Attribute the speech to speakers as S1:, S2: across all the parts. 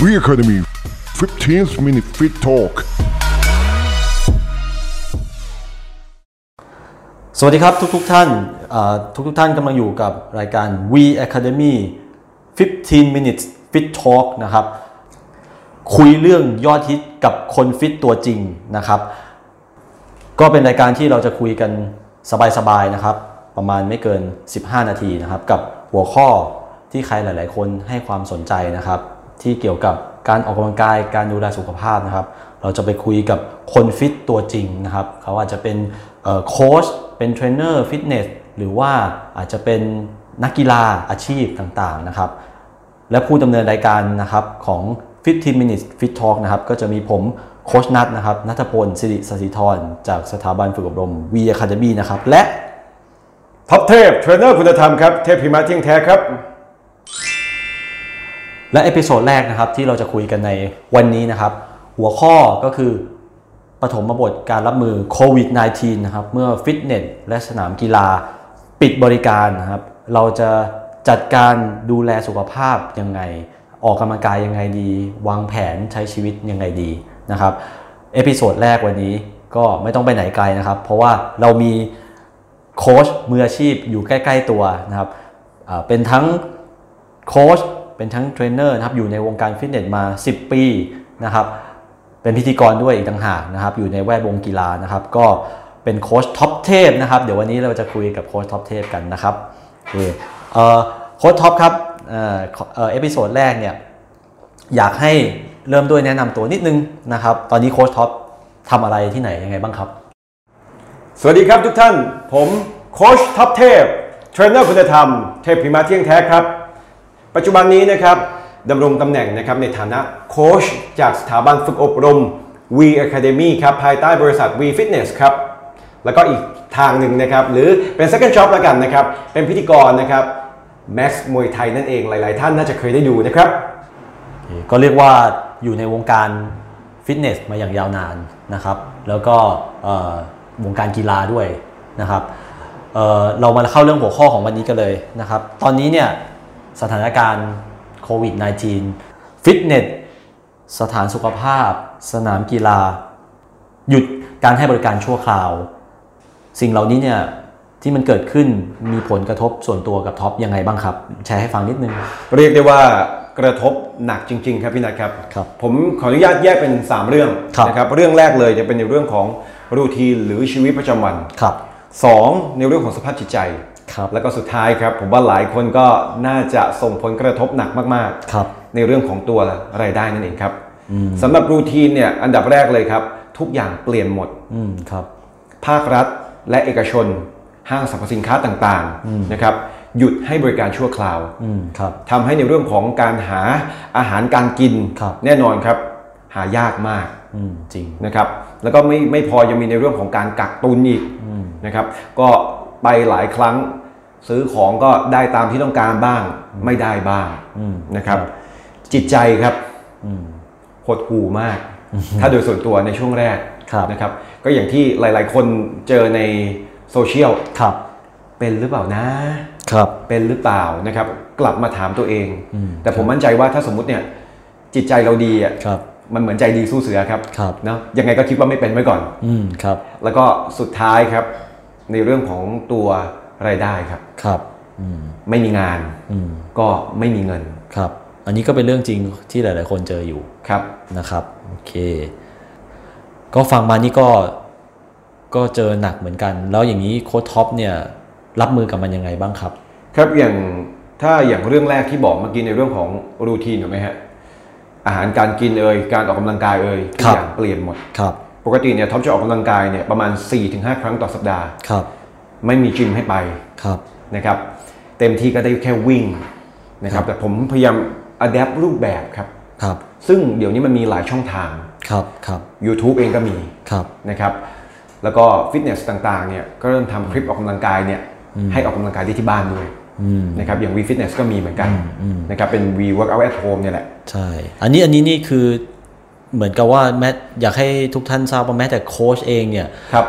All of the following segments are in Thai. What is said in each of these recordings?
S1: V Academy 15 Minute Fit Talk
S2: สวัสดีครับทุกทุกๆท่านทุกทุกๆท่านกำลังอยู่กับรายการ We Academy 15 minutes fit talk นะครับ คุยเรื่องยอดฮิตกับคนฟิตตัวจริงนะครับ ก็เป็นรายการที่เราจะคุยกันสบายๆนะครับ ประมาณไม่เกิน 15 นาทีนะครับ กับหัวข้อที่ใครหลาย ๆ คนให้ความสนใจนะครับ ที่เกี่ยวกับการออกกำลังกายการดูแลสุขภาพนะครับ เราจะไปคุยกับคนฟิตตัวจริงนะครับ เขาอาจจะเป็นเอ่อโค้ชเป็นเทรนเนอร์ฟิตเนสหรือว่าอาจจะเป็นนักกีฬาอาชีพต่างๆนะครับ และผู้ดำเนินรายการนะครับของ 15 minutes fit talk นะครับก็จะมีผมโคชนัทนะครับนัทพลสิริสสิธรจากสถาบันฝึกอบรม V Academy นะครับและ
S3: ท็อปเทพเทรนเนอร์คุณธรรมครับ เทพพิมาเที่ยงแท้ครับ
S2: และเอพิโซดแรกนะครับที่เราจะคุยกันในวันนี้นะครับ หัวข้อก็คือปฐมบทการรับมือโควิด -19 นะครับเมื่อฟิตเนสและสนามกีฬาปิดบริการนะครับ เราจะจัดการดูแลสุขภาพยังไง ออกกำลังกายยังไงดี วางแผนใช้ชีวิตยังไงดีนะครับ เอพิโซดแรกวันนี้ก็ไม่ต้องไปไหนไกลนะครับ เพราะว่าเรามี โค้ชมืออาชีพอยู่ใกล้ ๆตัวนะครับอ่าเป็นทั้งโค้ชเป็นทั้งเทรนเนอร์นะครับอยู่ในวงการฟิตเนสมา 10 ปีนะครับ เป็นพิธีกรด้วยอีกต่างหากนะครับ อยู่ในแวดวงกีฬานะครับ ก็เป็นโค้ชท็อปเทพนะครับ เดี๋ยววันนี้เราจะคุยกับโค้ชท็อปเทพกันนะครับโอเคเอ่อโค้ชท็อปครับเอ่อขอเอ่อเอพิโซดแรกเนี่ยอยากให้เริ่มด้วยแนะนำตัวนิดนึงนะครับ ตอนนี้โค้ชท็อปทำอะไรที่ไหนยังไงบ้างครับ
S3: สวัสดีครับทุกท่าน ผมโค้ชท็อปเทพเทรนเนอร์คุณธรรม เทพพิมาเที่ยงแท้ครับ ปัจจุบันนี้นะครับดำรงตำแหน่งนะครับในฐานะโค้ชจากสถาบันฝึกอบรม V Academy ครับภายใต้บริษัท V Fitness ครับ แล้วก็อีกทางหนึ่งนะครับ หรือเป็น second job แล้วกันนะครับ เป็นพิธีกรนะครับ Max มวยไทยนั่นเองหลาย ๆ ท่านน่าจะเคยได้ดูนะครับ
S2: ก็เรียกว่าอยู่ในวงการฟิตเนสมาอย่างยาวนานนะครับ แล้วก็เอ่อวงการกีฬาด้วยนะครับเอ่อเรามาเข้าเรื่องหัวข้อของวันนี้กันเลยนะครับ ตอนนี้เนี่ยสถานการณ์โควิด -19 ฟิตเนสสถานสุขภาพ สนามกีฬา หยุดการให้บริการชั่วคราว สิ่งเหล่านี้เนี่ยที่มันเกิดขึ้นมีผลกระทบส่วนตัวกับท็อปยังไงบ้างครับ แชร์ให้ฟังนิดนึง
S3: เรียกได้ว่ากระทบหนักจริง ๆ ครับพี่นัทครับ
S2: ครับ
S3: ผมขออนุญาตแยกเป็น 3 เรื่อง
S2: ครับ
S3: นะครับเรื่องแรกเลยจะเป็นในเรื่องของรูทีนหรือชีวิตประจำวัน
S2: ครับ
S3: 2. ในเรื่องของสภาพจิตใจ
S2: ครับ
S3: แล้วก็สุดท้ายครับ ผมว่าหลายคนก็น่าจะส่งผลกระทบหนักมากๆ
S2: ครับ
S3: ในเรื่องของตัวรายได้นั่นเองครับสำหรับรูทีนเนี่ยอันดับแรกเลยครับ ทุกอย่างเปลี่ยนหมด
S2: อืมครับ
S3: ภาครัฐและเอกชน ห้างสรรพสินค้าต่างๆนะครับหยุดให้บริการชั่วคราว
S2: อืมครับ
S3: ทำให้ในเรื่องของการหาอาหารการกิน
S2: ครับ
S3: แน่นอนครับ หายากมาก
S2: อืมจริง
S3: นะครับ แล้วก็ไม่ไม่พอยังมีในเรื่องของการกักตุนอีกนะครับ ก็ไปหลายครั้งซื้อของก็ได้ตามที่ต้องการบ้าง ไม่ได้บ้าง
S2: อืม
S3: นะครับ
S2: ครับ
S3: จิตใจครับ
S2: อืม
S3: หดหู่มาก ถ้าโดยส่วนตัวในช่วงแรก
S2: ครับ
S3: นะครับ ก็อย่างที่หลาย ๆ คนเจอในโซเชียล
S2: ครับ
S3: เป็นหรือเปล่านะ
S2: ครับ
S3: เป็นหรือเปล่านะครับ กลับมาถามตัวเอง
S2: อืม
S3: แต่ผมมั่นใจว่าถ้าสมมติเนี่ยจิตใจเราดีอ่ะ
S2: ครับ
S3: มันเหมือนใจดีสู้เสือครับ
S2: ครับ
S3: เนาะยังไงก็คิดว่าไม่เป็นไว้ก่อน
S2: อืมครับ
S3: แล้วก็สุดท้ายครับ ในเรื่องของตัวรายได้ครับ
S2: ครับอืม
S3: ไม่มีงาน
S2: อืม
S3: ก็ไม่มีเงิน
S2: ครับ อันนี้ก็เป็นเรื่องจริงที่หลาย ๆ คนเจออยู่
S3: ครับ
S2: นะครับโอเค ก็ฟังมานี่ก็ก็เจอหนักเหมือนกัน แล้วอย่างนี้โค้ชท็อปเนี่ยรับมือกับมันยังไงบ้างครับ
S3: ครับอย่างถ้าอย่างเรื่องแรกที่บอกเมื่อกี้ในเรื่องของรูทีนถูกไหมฮะอาหารการกินเอ่ยการออกกำลังกายเอ่ยทุก
S2: ครับ
S3: อย่างเปลี่ยนหมด
S2: ครับ
S3: ปกติเนี่ยท็อปจะออกกำลังกายเนี่ยประมาณ 4-5 ครั้งต่อสัปดาห์
S2: ครับ
S3: ไม่มีจิมให้ไป
S2: ครับ
S3: นะครับเต็มที่ก็ได้แค่วิ่งนะค
S2: ครั
S3: รับ บแต่ผมพยายามอัดแอปรูปแบบครับ
S2: ครับ
S3: ซึ่งเดี๋ยวนี้มันมีหลายช่องทาง
S2: ครับครับ
S3: YouTube เองก็มี
S2: ครับ
S3: นะครับแล้วก็ฟิตเนสต่างๆเนี่ยก็เริ่มทำคลิปออกกำลังกายเนี่ยให้ออกกำลังกายได้ที่บ้านด้วย
S2: อืม
S3: นะครับอย่าง V Fitness ก็มีเหมือนกันนะครับเป็น V Workout at Home เนี่ยแหละ
S2: ใช่ อันนี้อันนี้นี่คือเหมือนกับว่าแม้อยากให้ทุกท่านทราบว่าแม้แต่โค้ชเองเนี่ย
S3: ครับ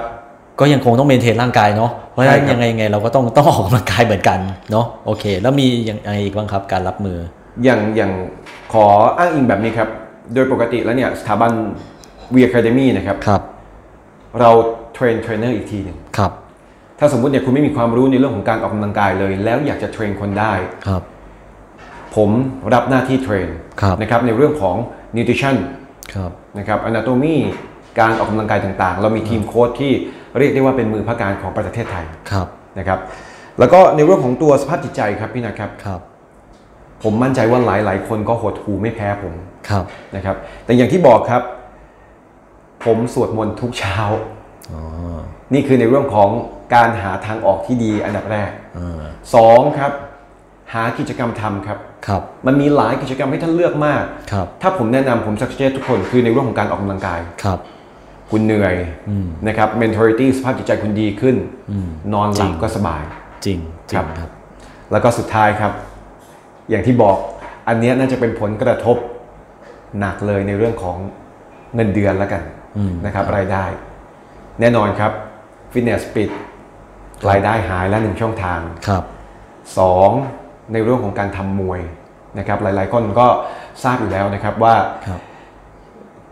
S2: ก็ยังคงต้องเมนเทนร่างกายเนาะ เพราะฉะนั้น
S3: ใช่ครับ
S2: ยังไงยังไงเราก็ต้องต้องออกกำลังกายเหมือนกันเนาะ โอเค แล้วมีอย่างไรอีกบ้างครับการรับมือ
S3: อย่างอย่างขออ้างอิงแบบนี้ครับ โดยปกติแล้วเนี่ยสถาบันวีอะคาเดมีนะครับ
S2: ครับ
S3: เราเทรนเทรนเนอร์อีกทีหนึ่ง
S2: ครับ
S3: ถ้าสมมติเนี่ยคุณไม่มีความรู้ในเรื่องของการออกกำลังกายเลย แล้วอยากจะเทรนคนได้
S2: ครับ
S3: ผมรับหน้าที่เทรน
S2: ครับ
S3: นะครับในเรื่องของนิวทริชั่น
S2: ครับ
S3: นะครับอนาโตมีการออกกำลังกายต่างๆ เรามีทีมโค้ชที่เรียกได้ว่าเป็นมือพระการของประเทศไทย
S2: ครับ
S3: นะครับ แล้วก็ในเรื่องของตัวสภาพจิตใจครับพี่นะครับ
S2: ครับ
S3: ผมมั่นใจว่าหลายๆ คนก็หดหูไม่แพ้ผม
S2: ครับ
S3: นะครับ แต่อย่างที่บอกครับ ผมสวดมนต์ทุกเช้า
S2: อ๋อ
S3: นี่คือในเรื่องของการหาทางออกที่ดีอันดับแรก
S2: อ่า
S3: สองครับ หากิจกรรมทำครับ
S2: ครับ
S3: มันมีหลายกิจกรรมให้ท่านเลือกมาก
S2: ครับ
S3: ถ้าผมแนะนำผมสักเชทุกคนคือในเรื่องของการออกกำลังกาย
S2: ครับ
S3: คุณเหนื่อยนะครับ mentality สภาพจิตใจคุณดีขึ้น นอนหลับก็สบาย
S2: จริง จริ
S3: ครั
S2: ง
S3: บ
S2: ครับ
S3: แล้วก็สุดท้ายครับ อย่างที่บอกอันเนี้ยน่าจะเป็นผลกระทบหนักเลยในเรื่องของเงินเดือนแล้วกันนะครับ รายได้ แน่นอนครับฟิตเนสปิดรายได้หายแล้วหนึ่งช่องทาง
S2: ครับ
S3: สองในเรื่องของการทำมวยนะครับ หลายๆคนก็ทราบอยู่แล้วนะครับว่า
S2: ครับ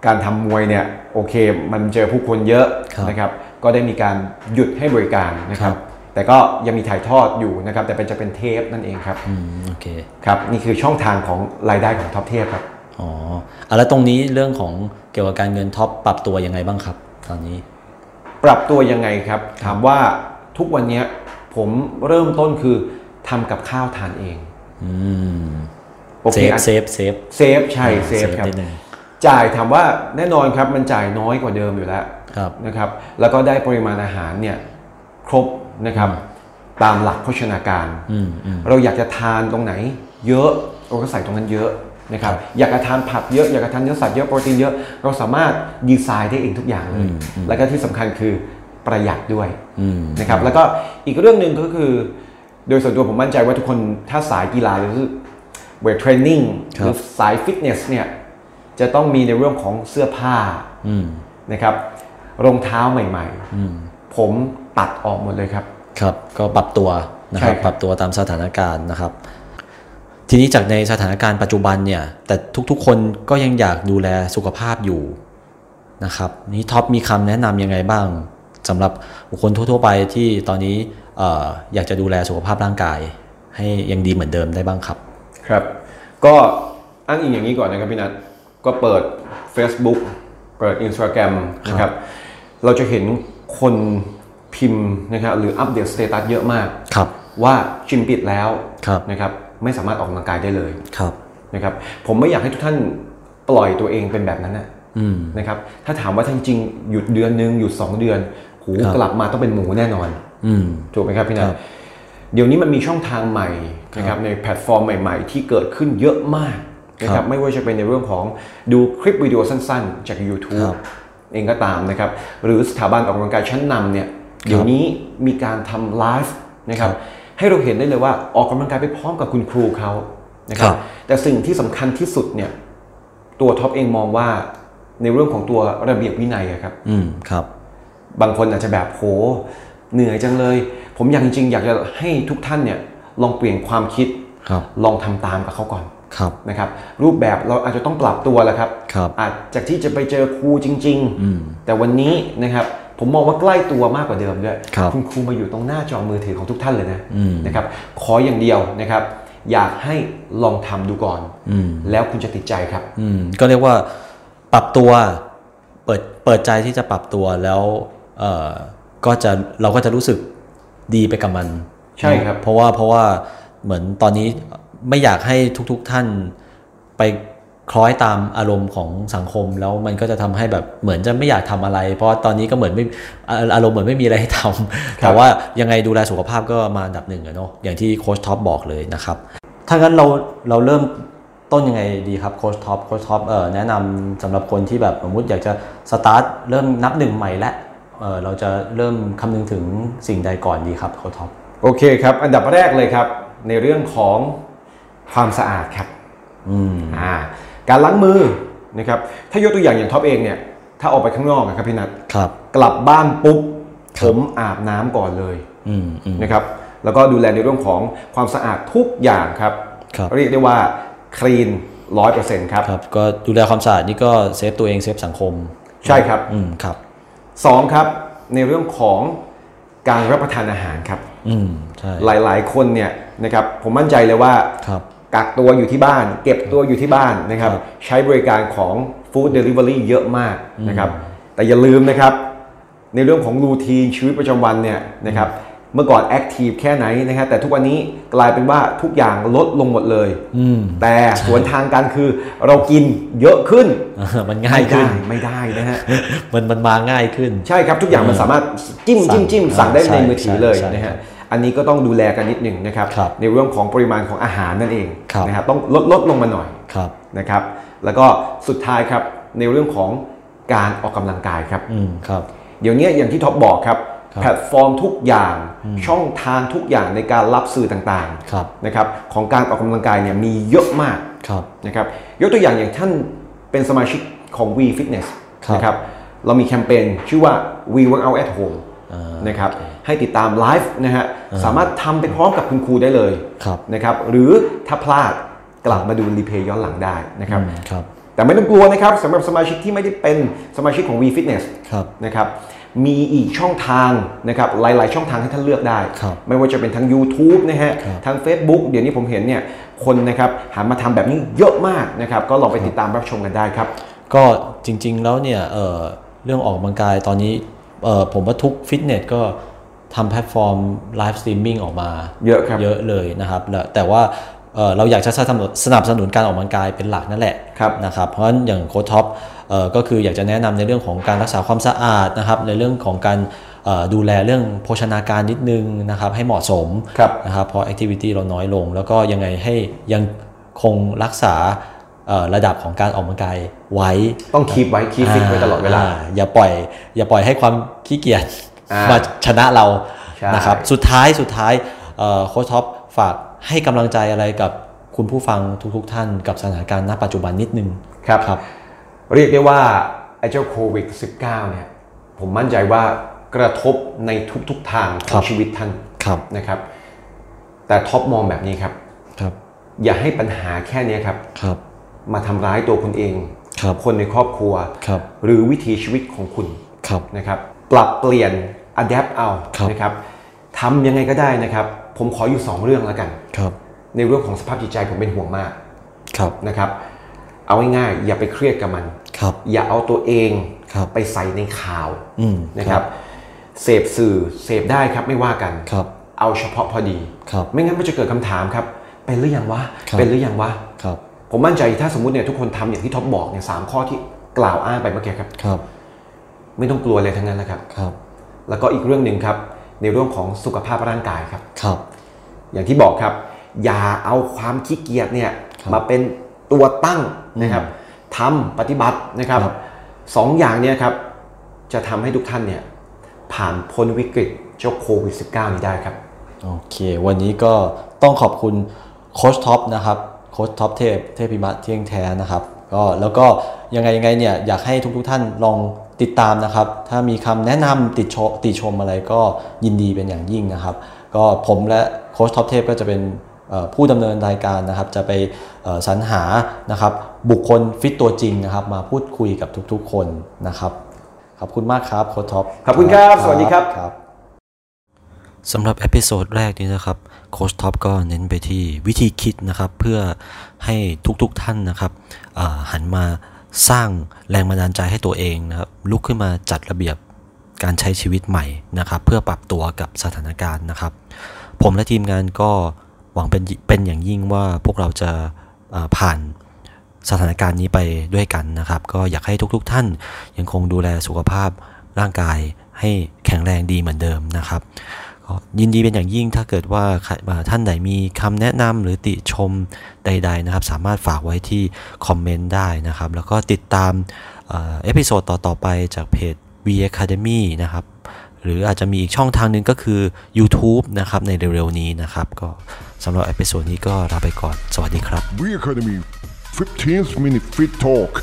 S3: การทำมวยเนี่ยโอเคมันเจอผู้คนเยอะ
S2: ครับ
S3: นะครับ ก็ได้มีการหยุดให้บริการนะค
S2: ค
S3: รั
S2: รับ บ
S3: แต่ก็ยังมีถ่ายทอดอยู่นะครับ แต่เป็นจะเป็นเทปนั่นเองครับ
S2: อืม โอเค
S3: ครับนี่คือช่องทางของรายได้ของท็อปเทปครับ
S2: อ๋ออ่ะแล้วตรงนี้เรื่องของเกี่ยวกับการเงินท็อปปรับตัวยังไงบ้างครับ ตอนนี้
S3: ปรับตัวยังไงครับ ถามว่าทุกวันเนี้ยผมเริ่มต้นคือทำกับข้าวทานเอง
S2: อืม
S3: โอ
S2: เซ
S3: เค
S2: ฟ
S3: อ่ะ
S2: เซฟ เซฟ
S3: เซฟใช่เซฟครับ
S2: นิดนึง
S3: จ่ายถามว่าแน่นอนครับมันจ่ายน้อยกว่าเดิมอยู่แล้ว
S2: ครับ
S3: นะครับแล้วก็ได้ปริมาณอาหารเนี่ยครบนะครับตามหลักโภชนาการ
S2: อืมอืม
S3: เราอยากจะทานตรงไหน เยอะเราก็ใส่ตรงนั้นเยอะนะครับอยากจะทานผักเยอะอยากจะทานเนื้อสัตว์เยอะโปรตีนเยอะเราสามารถดีไซน์ได้เองทุกอย่างเลย แล้วก็ที่สำคัญคือประหยัดด้วย
S2: อืม
S3: นะครับแล้วก็อีกเรื่องหนึ่งก็คือ โดยส่วนตัวผมมั่นใจว่าทุกคนถ้าสายกีฬาหรือเวทเทรนนิ่ง
S2: ค
S3: ห
S2: รับ
S3: รือสายฟิตเนสเนี่ยจะต้องมีในเรื่องของเสื้อผ้า
S2: อืม
S3: นะครับรองเท้าใหม่ๆผมตัดออกหมดเลยครับ
S2: ครับ ก็ปรับตัวนะครับ
S3: ใช่ครับ
S2: ปรับตัวตามสถานการณ์นะครับ ทีนี้จากในสถานการณ์ปัจจุบันเนี่ย แต่ทุกๆ คนก็ยังอยากดูแลสุขภาพอยู่นะครับ นี่ท็อปมีคำแนะนำยังไงบ้างสำหรับบุคคลทั่วๆ ไปที่ตอนนี้เอออยากจะดูแลสุขภาพร่างกาย ให้ยังดีเหมือนเดิมได้บ้างครับ
S3: ครับ ก็อ้างอิงอย่างนี้ก่อนนะครับพี่นัทก็เปิด Facebook เปิด Instagram นะครับเราจะเห็นคนพิมพ์นะครับหรืออัปเดตสเตตัสเยอะมาก
S2: ครับ
S3: ว่าจิมปิดแล้ว
S2: ครับ
S3: นะครับไม่สามารถออกกำลังกายได้เลย
S2: ครับ
S3: นะครับผมไม่อยากให้ทุกท่านปล่อยตัวเองเป็นแบบนั้นนะ
S2: อืม
S3: นะครับถ้าถามว่าท่านจริงหยุดเดือนหนึ่งหยุดสองเดือนหู
S2: ครับ
S3: กลับมาต้องเป็นหมูแน่นอน
S2: อืม
S3: ถูกไหมครับพี่นั
S2: คน รับ
S3: เดี๋ยวนี้มันมีช่องทางใหม่นะครับในแพลตฟอร์มใหม่ ๆ ที่เกิดขึ้นเยอะมากนะ
S2: ค
S3: ค
S2: รั
S3: รั
S2: บบ
S3: ไม่ว่าจะเป็นในเรื่องของดูคลิปวิดีโอสั้นๆ จาก
S2: ครั
S3: YouTube
S2: บ
S3: เองก็ตามนะครับหรือสถาบันออกกำลังกายชั้นนำเนี่ยเดี๋ยวนี้มีการทำไลฟ์นะครับให้เราเห็นได้เลยว่าออกกำลังกายไปพร้อมกับคุณครูเขานะค
S2: ค
S3: รั
S2: รับ บ
S3: แต่สิ่งที่สำคัญที่สุดเนี่ยตัวท็อปเองมองว่าในเรื่องของตัวระเบียบวินัยอะครับ
S2: อืม ครับ
S3: บางคนอาจจะแบบโหเหนื่อยจังเลย ผมอยากจริงๆ อยากจะให้ทุกท่านเนี่ยลองเปลี่ยนความคิด
S2: ครับ
S3: ลองทำตามกับเขาก่อน
S2: ครับ
S3: นะครับรูปแบบเราอาจจะต้องปรับตัวแหละครับ
S2: ครับ
S3: อาจจากที่จะไปเจอครูจริง ๆ แต่วันนี้นะครับผมมองว่าใกล้ตัวมากกว่าเดิมด้วย
S2: ครับ
S3: ณครูมาอยู่ตรงหน้าจอมือถือของทุกท่านเลยนะ
S2: อืม
S3: นะครับขออย่างเดียวนะครับ อยากให้ลองทำดูก่อน
S2: อืม
S3: แล้วคุณจะติดใจครับ
S2: อืมก็เรียกว่าปรับตัวเปิดเปิดใจที่จะปรับตัวแล้วเออก็จะเราก็จะรู้สึกดีไปกับมัน
S3: ใช่ครับ
S2: เพราะว่าเพราะว่าเหมือนตอนนี้ไม่อยากให้ทุกๆท่านไปคล้อยตามอารมณ์ของสังคมแล้วมันก็จะทำให้แบบเหมือนจะไม่อยากทำอะไร เพราะตอนนี้ก็เหมือนไม่อ่าอารมณ์เหมือนไม่มีอะไรให้ทำแต่ว่ายังไงดูแลสุขภาพก็มาอันดับหนึ่งอะเนาะอย่างที่โค้ชท็อปบอกเลยนะครับ ถ้างั้นเราเราเริ่มต้นยังไงดีครับโค้ชท็อปโค้ชท็อปเอ่อแนะนำสำหรับคนที่แบบสมมติอยากจะสตาร์ทเริ่มนับหนึ่งใหม่และเอ่อเราจะเริ่มคำนึงถึงสิ่งใดก่อนดีครับโค้ชท็อป
S3: โอเคครับ อันดับแรกเลยครับ ในเรื่องของความสะอาดครับ
S2: อืม
S3: อ่าการล้างมือนะครับถ้ายกตัวอย่างอย่างท็อปเองเนี่ยถ้าออกไปข้างนอกอะครับพี่นัท
S2: ครับ
S3: กลับบ้านปุ๊บผมอาบน้ำก่อนเลย
S2: อืมอืม
S3: นะครับแล้วก็ดูแลในเรื่องของความสะอาดทุกอย่างครับ
S2: ครับ
S3: เรียกได้ว่า คลีนร้อยเปอร์เซ็นต์ครับ
S2: ครับก็ดูแลความสะอาดนี่ก็เซฟตัวเองเซฟสังคม
S3: ใช่ครับ
S2: อืมครับ
S3: สองครับ ในเรื่องของการรับประทานอาหารครับ
S2: อืมใช่
S3: หลายๆ คนเนี่ยนะครับผมมั่นใจเลยว่า
S2: ครับ
S3: กักตัวอยู่ที่บ้าน เก็บตัวอยู่ที่บ้านนะครับ
S2: ครับ
S3: ใช้บริการของ Food Delivery เยอะมากนะครับ แต่อย่าลืมนะครับ ในเรื่องของรูทีนชีวิตประจำวันเนี่ยนะครับเมื่อก่อนแอคทีฟแค่ไหนนะฮะแต่ทุกวันนี้กลายเป็นว่าทุกอย่างลดลงหมดเลย
S2: อืม
S3: แต่สวนทางกันคือเรากินเยอะขึ้น
S2: มันง่ายขึ้น
S3: ไม่ได้ไม่ได้นะฮะ
S2: มันมันมาง่ายขึ้น
S3: ใช่ครับทุกอย่างมันสามารถจิ้มจิ้มจิ้ม
S2: สั่ง
S3: สั่งได้
S2: ใช่
S3: ในมือถือเลย
S2: ใช่
S3: นะ
S2: ครั
S3: ฮะ
S2: บ
S3: อันนี้ก็ต้องดูแลกันนิดหนึ่งนะครับ
S2: ครับ
S3: ในเรื่องของปริมาณของอาหารนั่นเอง
S2: ครับ
S3: นะครับต้องลดลดลงมาหน่อย
S2: ครับ
S3: นะครับ แล้วก็สุดท้ายครับในเรื่องของการออกกำลังกายครับ
S2: อืมครับ
S3: เดี๋ยวนี้อย่างที่ท็อปบอกครับ
S2: ครับ
S3: แพลตฟอร์มทุกอย่างช่องทางทุกอย่างในการรับสื่อต่าง
S2: ครับ
S3: ๆนะครับของการออกกำลังกายเนี่ยมีเยอะมาก
S2: ครับ
S3: นะครับยกตัวอย่างอย่างท่านเป็นสมาชิกของ V Fitness
S2: ครับ
S3: นะครับเรามีแคมเปญชื่อว่า V Workout at Home
S2: อ่า
S3: นะครับให้ติดตามไลฟ์นะฮะสามารถทำไปพร้อมกับคุณครูได้เลย
S2: ครับ
S3: นะครับหรือถ้าพลาดกลับมาดูรีเพย์ย้อนหลังได้นะครับ
S2: อืมครับ
S3: แต่ไม่ต้องกลัวนะครับสำหรับสมาชิกที่ไม่ได้เป็นสมาชิกของ V Fitness
S2: ครับ
S3: นะครับมีอีกช่องทางนะครับหลาย ๆ ช่องทางให้ท่านเลือกได้
S2: ครับ
S3: ไม่ว่าจะเป็นทั้ง YouTube นะฮะ
S2: ครับ
S3: ทั้ง Facebook เดี๋ยวนี้ผมเห็นเนี่ยคนนะครับหันมาทำแบบนี้เยอะมากนะครับก็ลองไปติดตามรับชมกันได้ครับ
S2: ก็จริงๆแล้วเนี่ยเอ่อเรื่องออกกำลังกายตอนนี้เอ่อผมว่าทุกฟิตเนสก็ทำแพลตฟอร์มไลฟ์สตรีมมิ่งออกมา
S3: เยอะครับ
S2: เยอะเลยนะครับแล้วแต่ว่าเอ่อเราอยากจะสนับสนุนสนับสนุนการออกกำลังกายเป็นหลักนั่นแหละ
S3: ครับ
S2: นะครับเพราะฉะนั้นอย่างโค้ชท็อปเอ่อก็คืออยากจะแนะนำในเรื่องของการรักษาความสะอาดนะครับในเรื่องของการเอ่อดูแลเรื่องโภชนาการนิดนึงนะครับให้เหมาะสม
S3: ครับ
S2: นะครับเพราะแอคทิวิตี้เราน้อยลง แล้วก็ยังไงให้ยังคงรักษาเอ่อระดับของการออกกำลังกายไว้
S3: ต้องคีบไว้คีบฟิตไว้ตลอดเวลา
S2: อย่าปล่อย อย่าปล่อยให้ความขี้เกียจ
S3: อ่าม
S2: มาชนะเรา
S3: ใช่
S2: นะครับสุดท้ายสุดท้ายเอ่อโค้ชท็อปฝากให้กำลังใจอะไรกับคุณผู้ฟังทุกๆท่านกับสถานการณ์ณปัจจุบันนิดนึง
S3: ครับ
S2: ครับ
S3: เรียกได้ว่าไอ้เจ้าโควิด -19 เนี่ยผมมั่นใจว่ากระทบในทุกๆทางข
S2: ครั
S3: อง
S2: บ
S3: ชีวิตท่าน
S2: ครับ
S3: นะครับแต่ท็อปมองแบบนี้ครับ
S2: ครับ
S3: อย่าให้ปัญหาแค่เนี้ยครับ
S2: ครับ
S3: มาทำร้ายตัวคุณเอง
S2: ครับ
S3: คนในครอบครัว
S2: ครับ
S3: หรือวิถีชีวิตของคุณ
S2: ครับ
S3: นะครับปรับเปลี่ยน adapt เอา
S2: ครับ
S3: นะครับทำยังไงก็ได้นะครับ ผมขออยู่ 2 เรื่องแล้วกัน
S2: ครับ
S3: ในเรื่องของสภาพจิตใจผมเป็นห่วงมาก
S2: ครับ
S3: นะครับเอาง่ายๆอย่าไปเครียดกับมัน
S2: ครับ
S3: อย่าเอาตัวเอง
S2: ครับ
S3: ไปใส่ในข่าว
S2: อืม
S3: นะครับเสพสื่อเสพได้ครับไม่ว่ากัน
S2: ครับ
S3: เอาเฉพาะพอดี
S2: ครับ
S3: ไม่งั้นมันจะเกิดคำถามครับ เป็นหรือยังวะ
S2: ครับ
S3: เป็นหรือยังวะ
S2: ครับ
S3: ผมมั่นใจถ้าสมมติเนี่ยทุกคนทำอย่างที่ท็อปบอกเนี่ยสามข้อที่กล่าวอ้างไปเมื่อกี้ครับ
S2: ครับ
S3: ไม่ต้องกลัวเลยทั้งนั้นแหละครับ
S2: ครับ
S3: แล้วก็อีกเรื่องหนึ่งครับ ในเรื่องของสุขภาพร่างกายครับ
S2: ครับ
S3: อย่างที่บอกครับ อย่าเอาความขี้เกียจเนี่ย
S2: ครับ
S3: มาเป็นตัวตั้งนะครับทำปฏิบัตินะครับ
S2: ครับ
S3: สองอย่างเนี่ยครับจะทำให้ทุกท่านเนี่ยผ่านพ้นวิกฤตเจ้าโควิด -19 นี้ได้ครับ
S2: โอเค วันนี้ก็ต้องขอบคุณโค้ชท็อปนะครับโค้ชท็อปเทพเทพิมะเที่ยงแท้นะครับก็แล้วก็ยังไงยังไงเนี่ยอยากให้ทุกทุกๆท่านลองติดตามนะครับ ถ้ามีคำแนะนำติดชมติชมอะไรก็ยินดีเป็นอย่างยิ่งนะครับ ก็ผมและโค้ชท็อปเทพก็จะเป็นเอ่อผู้ดำเนินรายการนะครับ จะไปเอ่อสรรหานะครับ บุคคลฟิตตัวจริงนะครับ มาพูดคุยกับทุกๆ คนนะครับขอบคุณมากครับโค้ชท็อป
S3: ขอบคุณครับสวัสดีครับ
S2: ครับ สำหรับเอพิโซดแรกนี้นะครับโค้ชท็อปก็เน้นไปที่วิธีคิดนะครับ เพื่อให้ทุกๆทท่านนะครับอ่าหันมาสร้างแรงบันดาลใจให้ตัวเองนะครับ ลุกขึ้นมาจัดระเบียบการใช้ชีวิตใหม่นะครับ เพื่อปรับตัวกับสถานการณ์นะครับ ผมและทีมงานก็หวังเป็นเป็นอย่างยิ่งว่าพวกเราจะอ่าผ่าน สถานการณ์นี้ไปด้วยกันนะครับ ก็อยากให้ทุก ๆ ท่านยังคงดูแลสุขภาพร่างกายให้แข็งแรงดีเหมือนเดิมนะครับก็ยินดีเป็นอย่างยิ่งถ้าเกิดว่าใครอ่าท่านไหนมีคำแนะนำหรือติชมใด ๆ นะครับ สามารถฝากไว้ที่คอมเมนต์ได้นะครับ แล้วก็ติดตามเอ่อเอพิโซดต่อ ๆ ไปจากเพจ V Academy นะครับ หรืออาจจะมีอีกช่องทางหนึ่งก็คือ YouTube นะครับในเร็วๆนี้นะครับ ก็สำหรับเอพิโซดนี้ก็ลาไปก่อน สวัสดีครับ
S1: We Academy 15 Minute Fit Talk